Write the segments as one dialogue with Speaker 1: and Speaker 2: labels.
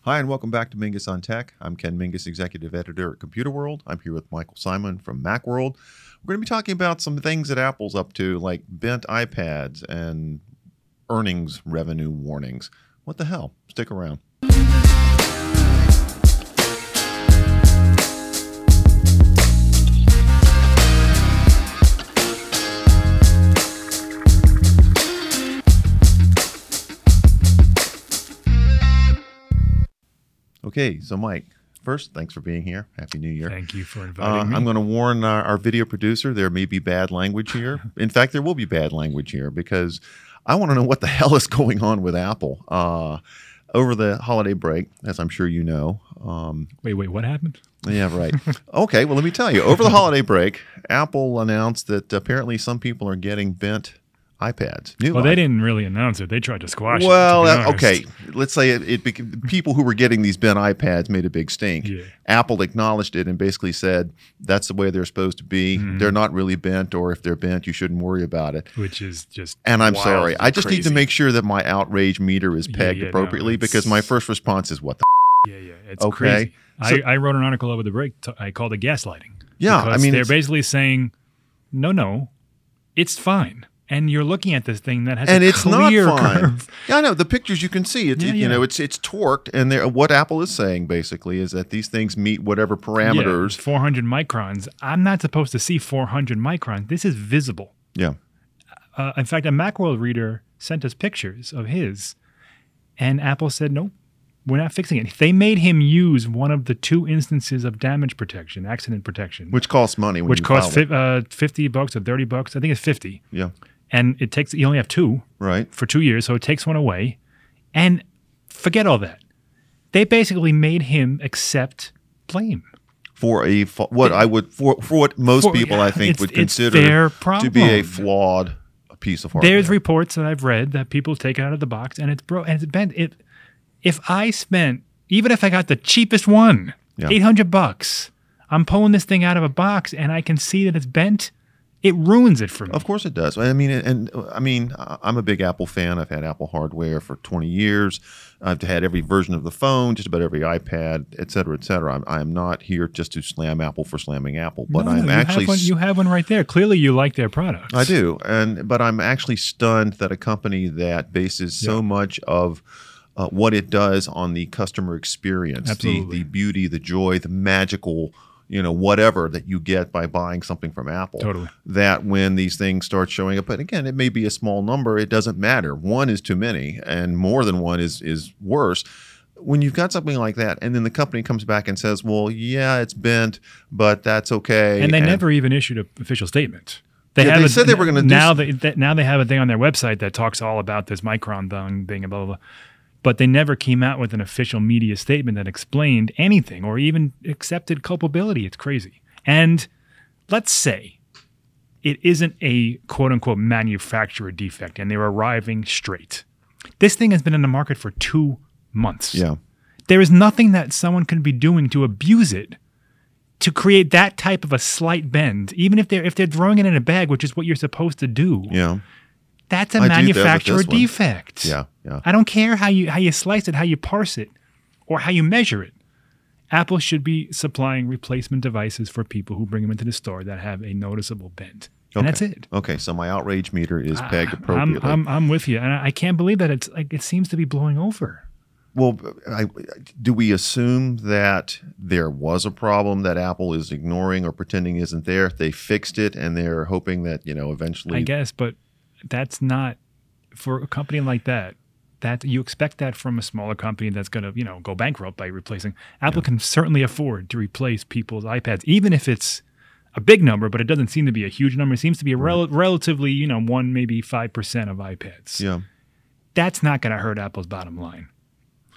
Speaker 1: Hi, and welcome back to Mingus on Tech. I'm Ken Mingus, Executive Editor at Computer World. I'm here with Michael Simon from Macworld. We're going to be talking about some things that Apple's up to, like bent iPads and earnings revenue warnings. What the hell? Stick around. Okay, so Mike, first, thanks for being here. Happy New Year.
Speaker 2: Thank you for inviting
Speaker 1: Uh,
Speaker 2: me.
Speaker 1: I'm going to warn our, our video producer there may be bad language here. In fact, there will be bad language here because I want to know what the hell is going on with Apple. Uh, over the holiday break, as I'm sure you know, um,
Speaker 2: wait, wait, what happened?
Speaker 1: yeah, right. okay, well, let me tell you. Over the holiday break, Apple announced that apparently some people are getting bent iPads. New
Speaker 2: Well, they
Speaker 1: iPads.
Speaker 2: didn't really announce it. They tried to squash
Speaker 1: Well,
Speaker 2: it. to be
Speaker 1: that-
Speaker 2: honest.
Speaker 1: okay. Let's say it, it bec- people who were getting these bent iPads made a big stink.
Speaker 2: Yeah.
Speaker 1: Apple acknowledged it and basically said that's the way they're supposed to be.
Speaker 2: Mm-hmm.
Speaker 1: They're not really bent, or if they're bent, you shouldn't worry about it.
Speaker 2: Which is just
Speaker 1: And I'm
Speaker 3: Wild
Speaker 1: sorry.
Speaker 3: and
Speaker 1: I just need to
Speaker 3: crazy.
Speaker 1: make sure that my outrage meter is
Speaker 2: Yeah,
Speaker 1: pegged
Speaker 2: yeah, no,
Speaker 1: appropriately because
Speaker 2: it's-
Speaker 1: my first response is what the
Speaker 2: yeah, yeah. It's
Speaker 1: Okay.
Speaker 2: crazy.
Speaker 1: So-
Speaker 2: I, I wrote an article over the break. T- I called it gaslighting.
Speaker 1: Yeah, I
Speaker 2: because
Speaker 1: mean,
Speaker 2: they're
Speaker 1: it's-
Speaker 2: basically saying, no, no, it's fine. And you're looking at this thing that has
Speaker 1: and
Speaker 2: a
Speaker 1: it's not
Speaker 2: clear
Speaker 1: fine.
Speaker 2: curve.
Speaker 1: Yeah, I know the pictures you can see. It's
Speaker 2: Yeah,
Speaker 1: you
Speaker 2: yeah.
Speaker 1: know it's it's torqued, and they're, what Apple is saying basically is that these things meet whatever
Speaker 2: Yeah,
Speaker 1: parameters.
Speaker 2: 400 microns. I'm not supposed to see 400 microns. This is visible.
Speaker 1: Yeah,
Speaker 2: Uh, in fact, a Macworld reader sent us pictures of his, and Apple said, nope, we're not fixing it. They made him use one of the two instances of damage protection, accident protection,
Speaker 1: which costs money. When
Speaker 2: which
Speaker 1: you
Speaker 2: costs
Speaker 1: file
Speaker 2: fi-
Speaker 1: it.
Speaker 2: uh, 50 bucks or 30 bucks. I think it's 50.
Speaker 1: Yeah,
Speaker 2: And it takes, you only have two
Speaker 1: right.
Speaker 2: for two years, so it takes one away. And forget all that. They basically made him accept blame.
Speaker 1: for a fa- what I would for for what most
Speaker 2: For-
Speaker 1: people I think
Speaker 2: it's-
Speaker 1: would
Speaker 2: it's
Speaker 1: consider
Speaker 2: their
Speaker 1: to be a
Speaker 2: problem.
Speaker 1: flawed piece of hardware.
Speaker 2: There's reports that I've read that people take it out of the box and it's bro and it's bent. It if I spent even if I got the cheapest one,
Speaker 1: Yeah.
Speaker 2: eight hundred bucks, I'm pulling this thing out of a box and I can see that it's bent. It ruins it for me.
Speaker 1: of course it does. I mean, and I mean, I- I'm a big Apple fan. I've had Apple hardware for 20 years. I've had every version of the phone, just about every iPad, et cetera, et cetera. I'm, I'm not here just to slam Apple for slamming Apple, but
Speaker 2: No, no,
Speaker 1: I'm
Speaker 2: you
Speaker 1: actually
Speaker 2: have one, you have one right there. Clearly, you like their products.
Speaker 1: I do, and but I'm actually stunned that a company that bases so much of uh, what it does on the customer experience, the,
Speaker 2: Absolutely.
Speaker 1: the beauty, the joy, the magical, you know, whatever that you get by buying something from Apple.
Speaker 2: Totally.
Speaker 1: That when these things start showing up, but again, it may be a small number. It doesn't matter. One is too many, and more than one is is worse. When you've got something like that, and then the company comes back and says, "Well, yeah, it's bent, but that's okay,"
Speaker 2: and they never even issued an official statement.
Speaker 1: Yeah,
Speaker 2: have
Speaker 1: they
Speaker 2: a-
Speaker 1: said they were gonna do
Speaker 2: now.
Speaker 1: s-
Speaker 2: They, that, now they have a thing on their website that talks all about this Micron thing, being blah blah blah. But they never came out with an official media statement that explained anything or even accepted culpability. It's crazy. And let's say it isn't a quote unquote manufacturer defect, and they're arriving straight. This thing has been in the market for two months.
Speaker 1: yeah.
Speaker 2: There is nothing that someone can be doing to abuse it to create that type of a slight bend, even if they're if they're throwing it in a bag, which is what you're supposed to do.
Speaker 1: Yeah,
Speaker 2: That's a
Speaker 1: I do that with
Speaker 2: manufacturer
Speaker 1: this one.
Speaker 2: defect.
Speaker 1: yeah, yeah.
Speaker 2: I don't care how you how you slice it, how you parse it, or how you measure it. Apple should be supplying replacement devices for people who bring them into the store that have a noticeable bend. And that's it.
Speaker 1: Okay, so my outrage meter is pegged
Speaker 2: I'm,
Speaker 1: appropriately.
Speaker 2: I'm, I'm with you. And I, I can't believe that it's like it seems to be blowing over.
Speaker 1: well, I, do we assume that there was a problem that Apple is ignoring or pretending isn't there? They fixed it, and they're hoping that you know eventually.
Speaker 2: I guess, but that's not for a company like that. That you expect that from a smaller company that's going to, you know, go bankrupt by replacing. Apple can certainly afford to replace people's iPads, even if it's a big number, but it doesn't seem to be a huge number. It seems to be a rel- relatively, you know, one maybe five percent of iPads.
Speaker 1: yeah,
Speaker 2: That's not going to hurt Apple's bottom line.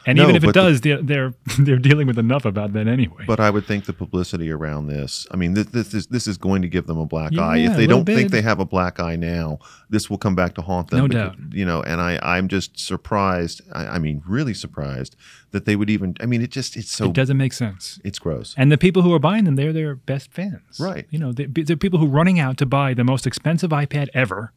Speaker 2: And
Speaker 1: No,
Speaker 2: even if
Speaker 1: but
Speaker 2: it
Speaker 1: the-
Speaker 2: does, they're they're they're dealing with enough about that anyway.
Speaker 1: but I would think the publicity around this. I mean, this this is, this is going to give them a black
Speaker 2: Yeah,
Speaker 1: eye. If
Speaker 2: a
Speaker 1: they
Speaker 2: little
Speaker 1: don't think
Speaker 2: bit.
Speaker 1: they have a black eye now, this will come back to haunt them.
Speaker 2: No
Speaker 1: because- You know, and I I'm just surprised. I, I mean, really surprised that they would even. I mean, it just it's so
Speaker 2: it doesn't make sense.
Speaker 1: it's gross.
Speaker 2: And the people who are buying them, they're their best fans.
Speaker 1: Right.
Speaker 2: You know, they're, they're people who are running out to buy the most expensive iPad ever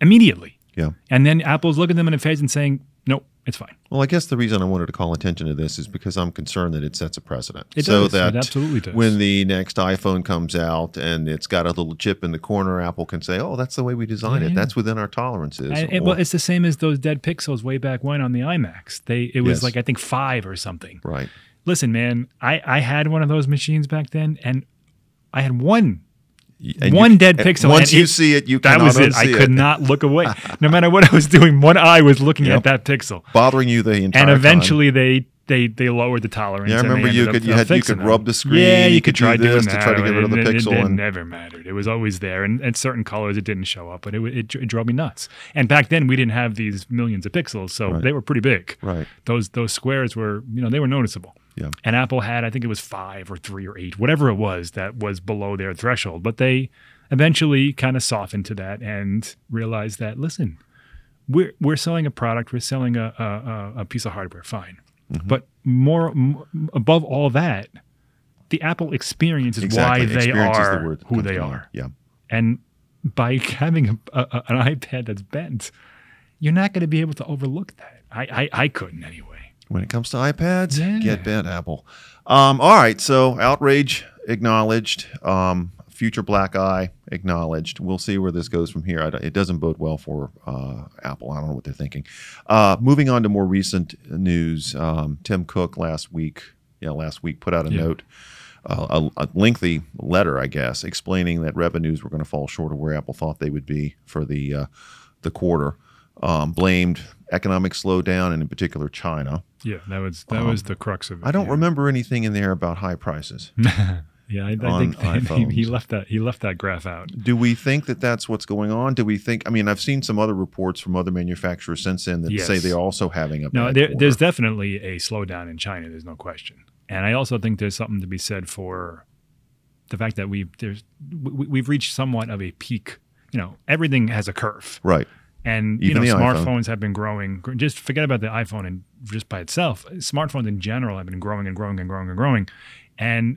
Speaker 2: immediately.
Speaker 1: Yeah.
Speaker 2: And then Apple's looking them in the face and saying, nope, It's fine.
Speaker 1: Well, I guess the reason I wanted to call attention to this is because I'm concerned that it sets a precedent.
Speaker 2: It
Speaker 1: so
Speaker 2: does.
Speaker 1: that
Speaker 2: it absolutely does.
Speaker 1: when the next iPhone comes out and it's got a little chip in the corner, Apple can say, "Oh, that's the way we designed it.
Speaker 2: Yeah.
Speaker 1: That's within our tolerances."
Speaker 2: I, it-
Speaker 1: Or-
Speaker 2: well, it's the same as those dead pixels way back when on the IMAX. They it was
Speaker 1: Yes.
Speaker 2: like I think five or something.
Speaker 1: right.
Speaker 2: Listen, man, I I had one of those machines back then, and I had one
Speaker 1: Y-
Speaker 2: one
Speaker 1: you-
Speaker 2: dead
Speaker 1: and
Speaker 2: pixel.
Speaker 1: Once
Speaker 2: and
Speaker 1: you
Speaker 2: it-
Speaker 1: see it, you
Speaker 2: that
Speaker 1: cannot
Speaker 2: was it. I
Speaker 1: unsee
Speaker 2: could not look away. No matter what I was doing, one eye was looking
Speaker 1: Yep.
Speaker 2: at that pixel.
Speaker 1: bothering you the entire
Speaker 2: And
Speaker 1: time.
Speaker 2: eventually they they they lowered the tolerance.
Speaker 1: Yeah, I
Speaker 2: and they
Speaker 1: remember you
Speaker 2: ended
Speaker 1: could
Speaker 2: up-
Speaker 1: you
Speaker 2: up
Speaker 1: had you
Speaker 2: fixing
Speaker 1: could
Speaker 2: them.
Speaker 1: rub the screen.
Speaker 2: Yeah, you, could
Speaker 1: could
Speaker 2: try
Speaker 1: do
Speaker 2: doing
Speaker 1: this
Speaker 2: that
Speaker 1: to try to get rid of the
Speaker 2: and it-
Speaker 1: pixel.
Speaker 2: It,
Speaker 1: and
Speaker 2: never mattered. It was always there, and at certain colors, it didn't show up, but it, wa- it, dr- it drove me nuts. And back then, we didn't have these millions of pixels, so
Speaker 1: Right.
Speaker 2: they were pretty big.
Speaker 1: right.
Speaker 2: Those those squares were, you know, they were noticeable.
Speaker 1: Yeah.
Speaker 2: And Apple had, I think it was five or three or eight, whatever it was, that was below their threshold. But they eventually kind of softened to that and realized that listen, we're we're selling a product, we're selling a a- a, a piece of hardware, fine.
Speaker 1: Mm-hmm.
Speaker 2: But more m- above all that, the Apple experience is
Speaker 1: Exactly.
Speaker 2: why they
Speaker 1: Experience is the
Speaker 2: are
Speaker 1: word that
Speaker 2: who
Speaker 1: comes
Speaker 2: they
Speaker 1: to mind.
Speaker 2: are,
Speaker 1: Yeah.
Speaker 2: and by having a, a, a- an iPad that's bent, you're not going to be able to overlook that. I I, I couldn't anyway.
Speaker 1: When it comes to iPads,
Speaker 2: Yeah.
Speaker 1: get bent, Apple. Um, all right. So outrage acknowledged. Um, future black eye acknowledged. We'll see where this goes from here. I, don't- it doesn't bode well for uh, Apple. I don't know what they're thinking. Uh, moving on to more recent news. Um, Tim Cook last week, yeah, last week put out a
Speaker 2: Yeah.
Speaker 1: note. Uh, a, a lengthy letter, I guess, explaining that revenues were going to fall short of where Apple thought they would be for the uh, the quarter. Um, blamed economic slowdown and in particular China.
Speaker 2: Yeah, that was that
Speaker 1: Um,
Speaker 2: was the crux of it.
Speaker 1: I don't
Speaker 2: yeah. Hmm.
Speaker 1: remember anything in there about high prices.
Speaker 2: Yeah, I, I
Speaker 1: on
Speaker 2: think they- they- he
Speaker 1: iPhones.
Speaker 2: left that he left that graph out.
Speaker 1: Do we think that that's what's going on? Do we think? I mean, I've seen some other reports from other manufacturers since then that
Speaker 2: Yes.
Speaker 1: say they're also having a
Speaker 2: No,
Speaker 1: bad
Speaker 2: there,
Speaker 1: quarter.
Speaker 2: there's definitely a slowdown in China. There's no question, and I also think there's something to be said for the fact that we've there's we, we've reached somewhat of a peak. You know, everything has a curve,
Speaker 1: right.
Speaker 2: and
Speaker 1: Even
Speaker 2: you know,
Speaker 1: the iPhone.
Speaker 2: smartphones have been growing. gr- Just forget about the iPhone and just by itself, smartphones in general have been growing and growing and growing and growing, and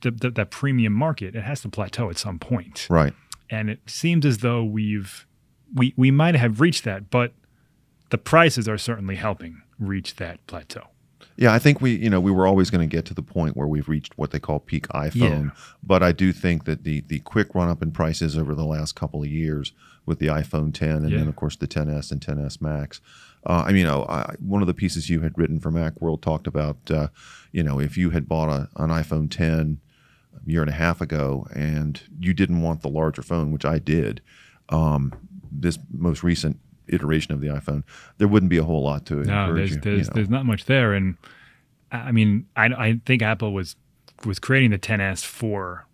Speaker 2: the, the, that premium market it has to plateau at some point.
Speaker 1: Right.
Speaker 2: and it seems as though we've we we might have reached that, but the prices are certainly helping reach that plateau.
Speaker 1: Yeah, I think we, you know, we were always going to get to the point where we've reached what they call peak iPhone, but I do think that the the quick run up in prices over the last couple of years with the iPhone 10 and then
Speaker 2: Yeah.
Speaker 1: of course the 10s and 10s Max. Uh, I mean, you know, I, one of the pieces you had written for Macworld talked about, uh, you know, if you had bought a, an iPhone 10 a year and a half ago and you didn't want the larger phone, which I did, um, this most recent iteration of the iPhone, there wouldn't be a whole lot to
Speaker 2: No,
Speaker 1: encourage
Speaker 2: there's
Speaker 1: you. you
Speaker 2: there's
Speaker 1: know.
Speaker 2: there's not much there, and I I mean I I think Apple was was creating the 10s for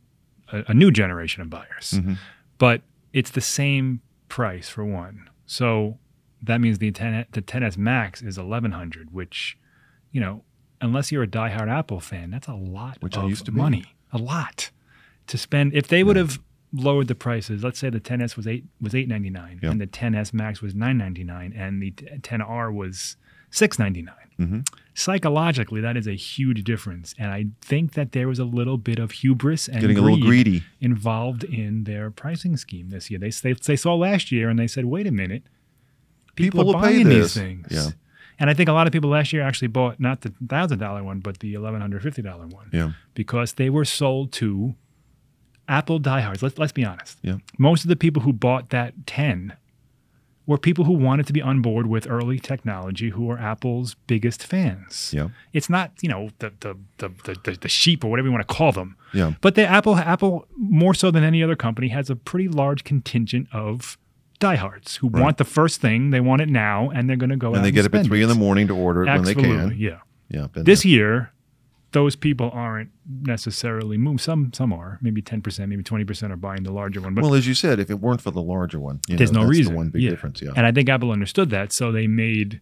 Speaker 2: a, a new generation of buyers,
Speaker 1: Mhm.
Speaker 2: but it's the same price for one, so that means the 10 the 10s Max is 1100, which you know unless you're a diehard Apple fan, that's a lot
Speaker 1: Which I
Speaker 2: of
Speaker 1: used to be.
Speaker 2: money, a lot. to spend if they would have lowered the prices let's say the 10s was 8 was 899
Speaker 1: Yeah.
Speaker 2: and the 10s max was 999 and the 10r was 699
Speaker 1: Mhm.
Speaker 2: psychologically that is a huge difference and i think that there was a little bit of hubris and
Speaker 1: getting a
Speaker 2: greed
Speaker 1: little greedy.
Speaker 2: involved in their pricing scheme this year they, they, they saw last year and they said wait a minute
Speaker 1: People
Speaker 2: people, are
Speaker 1: will pay
Speaker 2: buying
Speaker 1: this."
Speaker 2: these things
Speaker 1: Yeah.
Speaker 2: and i think a lot of people last year actually bought not the $1000 one but the $1150 one
Speaker 1: Yeah.
Speaker 2: because they were sold to Apple diehards. Let's let's be honest.
Speaker 1: Yeah.
Speaker 2: Most of the people who bought that ten were people who wanted to be on board with early technology, who were Apple's biggest fans.
Speaker 1: Yeah.
Speaker 2: It's not you know the the the the, the, the sheep or whatever you want to call them.
Speaker 1: Yeah.
Speaker 2: But the Apple Apple more so than any other company has a pretty large contingent of diehards who want the first thing, they want it now, and they're going to go out
Speaker 1: And they get up at
Speaker 2: spend
Speaker 1: three in the morning to order it
Speaker 2: Absolutely,
Speaker 1: when they can.
Speaker 2: yeah.
Speaker 1: Yeah. been
Speaker 2: This year, those people aren't necessarily moved. Some some are, maybe ten percent, maybe twenty percent are buying the larger one.
Speaker 1: there.
Speaker 2: But
Speaker 1: well, as you said, if it weren't for the larger one, you
Speaker 2: there's
Speaker 1: know,
Speaker 2: no
Speaker 1: that's
Speaker 2: reason.
Speaker 1: The one big
Speaker 2: Yeah.
Speaker 1: difference. Yeah.
Speaker 2: And I think Apple understood that, so they made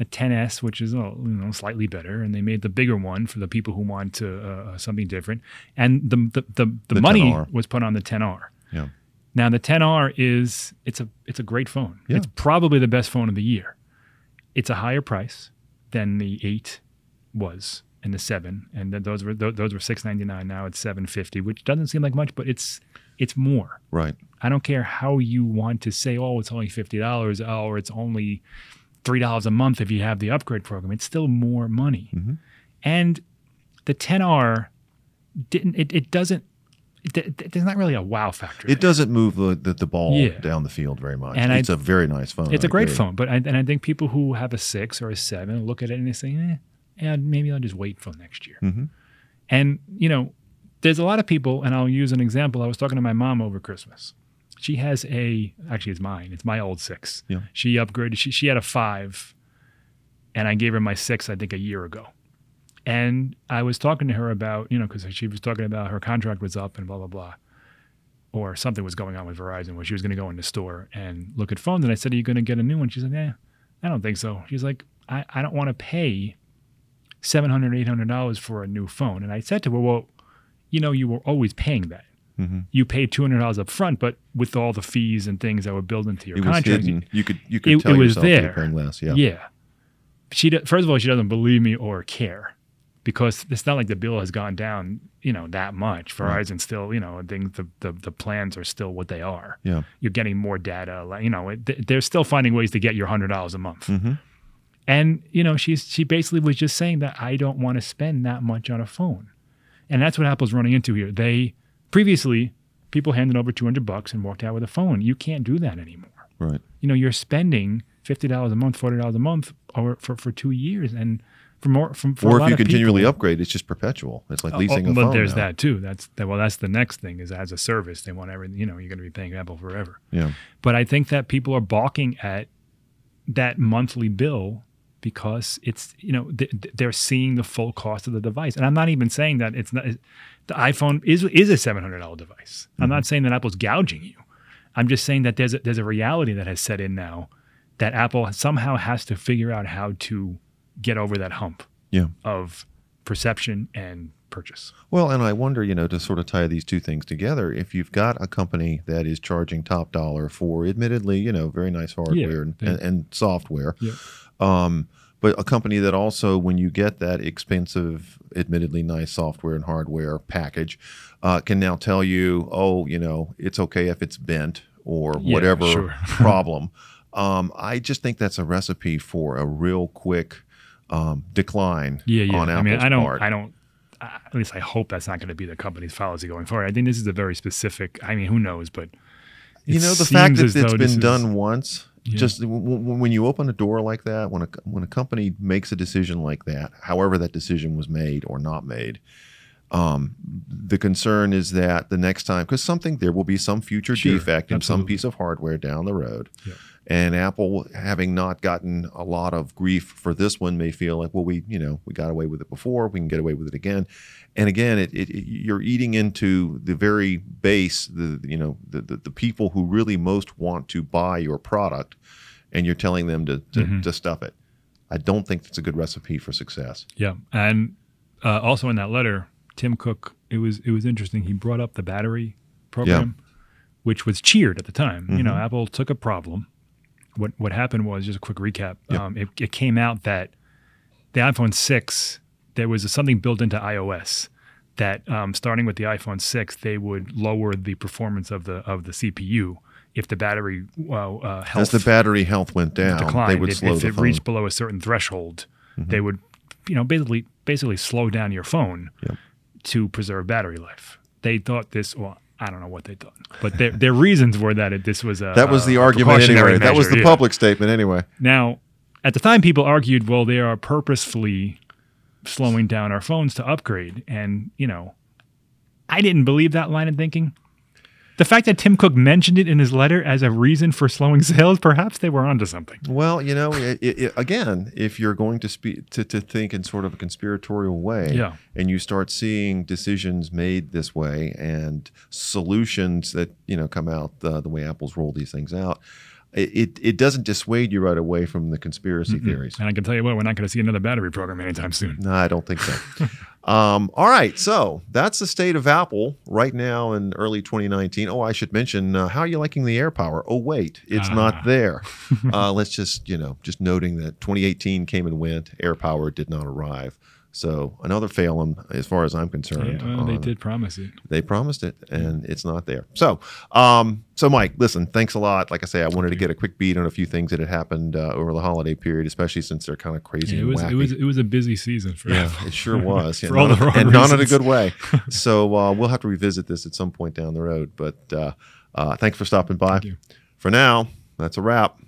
Speaker 2: a 10s, which is oh, you know slightly better, and they made the bigger one for the people who want to, uh, something different. And the the the, the,
Speaker 1: The
Speaker 2: money
Speaker 1: 10R.
Speaker 2: was put on the 10r.
Speaker 1: Yeah.
Speaker 2: Now the 10R is it's a it's a great phone.
Speaker 1: Yeah.
Speaker 2: It's probably the best phone of the year. It's a higher price than the 8 was and the 7 and th- those were th- those were 699 now it's 750 which doesn't seem like much but it's it's more.
Speaker 1: Right.
Speaker 2: I don't care how you want to say oh it's only $50 oh, or it's only three dollars a month if you have the upgrade program. It's still more money,
Speaker 1: Mhm.
Speaker 2: and the 10R didn't. It, it doesn't. It, it- there's not really a wow factor.
Speaker 1: It doesn't move the, the, the ball
Speaker 2: Yeah.
Speaker 1: down the field very much.
Speaker 2: And I-
Speaker 1: it's a very nice phone.
Speaker 2: It's
Speaker 1: a
Speaker 2: a great phone, but I, and I think people who have a six or a seven look at it and they say, eh, yeah, maybe I'll just wait for next year.
Speaker 1: Mhm.
Speaker 2: And you know, there's a lot of people, and I'll use an example. I was talking to my mom over Christmas. She has a actually it's mine. It's my old six.
Speaker 1: Yeah.
Speaker 2: She upgraded. She she had a five, and I gave her my six. I think a year ago. And I was talking to her about, you know, because she was talking about her contract was up and blah, blah, blah. Or something was going on with Verizon where she was going to go in the store and look at phones. And I said, Are you going to get a new one? She's like, Eh, I don't think so. She's like, I, I don't want to pay $700, $800 for a new phone. And I said to her, Well, you know, you were always paying that.
Speaker 1: Mhm.
Speaker 2: You paid $200 up front, but with all the fees and things that were built into your
Speaker 1: It was
Speaker 2: contract,
Speaker 1: hidden. You could you could
Speaker 2: It-
Speaker 1: tell
Speaker 2: it was
Speaker 1: yourself you're
Speaker 2: there.
Speaker 1: paying less. Yeah.
Speaker 2: yeah. She do, first of all, she doesn't believe me or care because it's not like the bill has gone down, you know, that much.
Speaker 1: Right.
Speaker 2: Verizon still, you know, I think the, the the plans are still what they are.
Speaker 1: Yeah.
Speaker 2: You're getting more data, like, you know, it, they're still finding ways to get your hundred dollars a month.
Speaker 1: Mm-hmm.
Speaker 2: And you know, she's she basically was just saying that I don't want to spend that much on a phone, and that's what Apple's running into here. They previously people handed over two hundred bucks and walked out with a phone. You can't do that anymore
Speaker 1: Right.
Speaker 2: you know you're spending fifty dollars a month, forty dollars a month, or for for two years, and for more from for a
Speaker 1: Or
Speaker 2: lot
Speaker 1: if you
Speaker 2: of people-
Speaker 1: continually upgrade, it's just perpetual. It's like
Speaker 2: Oh,
Speaker 1: leasing
Speaker 2: oh,
Speaker 1: a
Speaker 2: but
Speaker 1: phone.
Speaker 2: there's
Speaker 1: now.
Speaker 2: that too. That's that, well, that's the next thing is as a service they want everything. You know, you're going to be paying Apple forever.
Speaker 1: Yeah.
Speaker 2: But I think that people are balking at that monthly bill because it's you know th- th- they're seeing the full cost of the device. And I'm not even saying that it's not the iPhone is is a seven hundred dollar device.
Speaker 1: Mm-hmm.
Speaker 2: I'm not saying that Apple's gouging you. I'm just saying that there's a, there's a reality that has set in now that Apple somehow has to figure out how to get over that hump
Speaker 1: Yeah.
Speaker 2: of perception and purchase.
Speaker 1: Well, and I wonder, you know, to sort of tie these two things together, if you've got a company that is charging top dollar for admittedly, you know, very nice hardware and,
Speaker 2: yeah.
Speaker 1: and, and software,
Speaker 2: Yeah.
Speaker 1: um, but a company that also, when you get that expensive, admittedly nice software and hardware package, uh, can now tell you, oh, you know, it's okay if it's bent or
Speaker 2: Yeah,
Speaker 1: whatever
Speaker 2: sure.
Speaker 1: problem. Um, I just think that's a recipe for a real quick um, decline
Speaker 2: yeah, yeah.
Speaker 1: on Apple's
Speaker 2: I mean, I don't,
Speaker 1: part.
Speaker 2: I don't. I- At least I hope that's not going to be the company's policy going forward. I think this is a very specific. I mean, who knows? But it
Speaker 1: you know the fact
Speaker 2: seems
Speaker 1: that it's
Speaker 2: as though
Speaker 1: been
Speaker 2: this is-
Speaker 1: done once
Speaker 2: Yeah.
Speaker 1: just w- w- when you open a door like that when a when a company makes a decision like that however that decision was made or not made um, the concern is that the next time because something there will be some future
Speaker 2: Sure,
Speaker 1: defect in some
Speaker 2: absolutely.
Speaker 1: piece of hardware down the road
Speaker 2: Yeah.
Speaker 1: and apple having not gotten a lot of grief for this one may feel like well we you know we got away with it before we can get away with it again and again it, it, it you're eating into the very base the you know the, the, the people who really most want to buy your product and you're telling them to to,
Speaker 2: Mhm.
Speaker 1: to stuff it i don't think that's a good recipe for success
Speaker 2: Yeah, and uh, also in that letter, Tim Cook, it was it was interesting. He brought up the battery program, which was cheered at the time. You
Speaker 1: Mm-hmm.
Speaker 2: know, Apple took a problem. What what happened was just a quick recap.
Speaker 1: Yeah.
Speaker 2: Um, it, it came out that the iPhone six there was something built into iOS that um, starting with the iPhone six they would lower the performance of the of the CPU if the battery well uh,
Speaker 1: as
Speaker 2: health
Speaker 1: the battery health went down
Speaker 2: decline.
Speaker 1: they would
Speaker 2: if,
Speaker 1: slow
Speaker 2: if
Speaker 1: the
Speaker 2: it
Speaker 1: phone Mm-hmm.
Speaker 2: reached below a certain threshold, they would, you know, basically basically slow down your phone
Speaker 1: Yep.
Speaker 2: to preserve battery life. They thought this. Well, I don't know what they thought, but their their reasons were that it, this was a
Speaker 1: that was the
Speaker 2: a
Speaker 1: argument
Speaker 2: uh, precautionary
Speaker 1: anyway that was
Speaker 2: measure,
Speaker 1: the
Speaker 2: yeah.
Speaker 1: public statement anyway
Speaker 2: Now, at the time, people argued, well, they are purposefully slowing down our phones to upgrade, and you know, I didn't believe that line of thinking. The fact that Tim Cook mentioned it in his letter as a reason for slowing sales, perhaps they were onto something.
Speaker 1: Well, you know, i i i again, if you're going to speak to, to think in sort of a conspiratorial way,
Speaker 2: Yeah.
Speaker 1: and you start seeing decisions made this way and solutions that you know come out uh, the way Apple's rolled these things out, it, it it doesn't dissuade you right away from the conspiracy theories.
Speaker 2: Mm. And I can tell you what, we're not going to see another battery program anytime soon.
Speaker 1: No, I don't think so. um, all right, so that's the state of Apple right now in early 2019. Oh, I should mention, uh, how are you liking the air power? Oh, wait, it's
Speaker 2: Ah.
Speaker 1: not there. uh, let's just you know, just noting that 2018 came and went, air power did not arrive. So another failing, as far as I'm concerned.
Speaker 2: Yeah, well, they
Speaker 1: uh, on-
Speaker 2: did promise it.
Speaker 1: They promised it, and it's not there. So, um, so Mike, listen, thanks a lot. Like I say, I wanted to get a quick beat on a few things that had happened uh, over the holiday period, especially since they're kind of crazy
Speaker 2: Yeah, it
Speaker 1: and
Speaker 2: was
Speaker 1: wacky.
Speaker 2: it was it was a busy season for
Speaker 1: Yeah,
Speaker 2: Apple.
Speaker 1: it sure was. Yeah,
Speaker 2: For all
Speaker 1: not-
Speaker 2: the wrong
Speaker 1: and not in a
Speaker 2: reasons.
Speaker 1: good way. So uh, we'll have to revisit this at some point down the road. But uh, uh, thanks for stopping by.
Speaker 2: Thank you.
Speaker 1: For now, that's a wrap.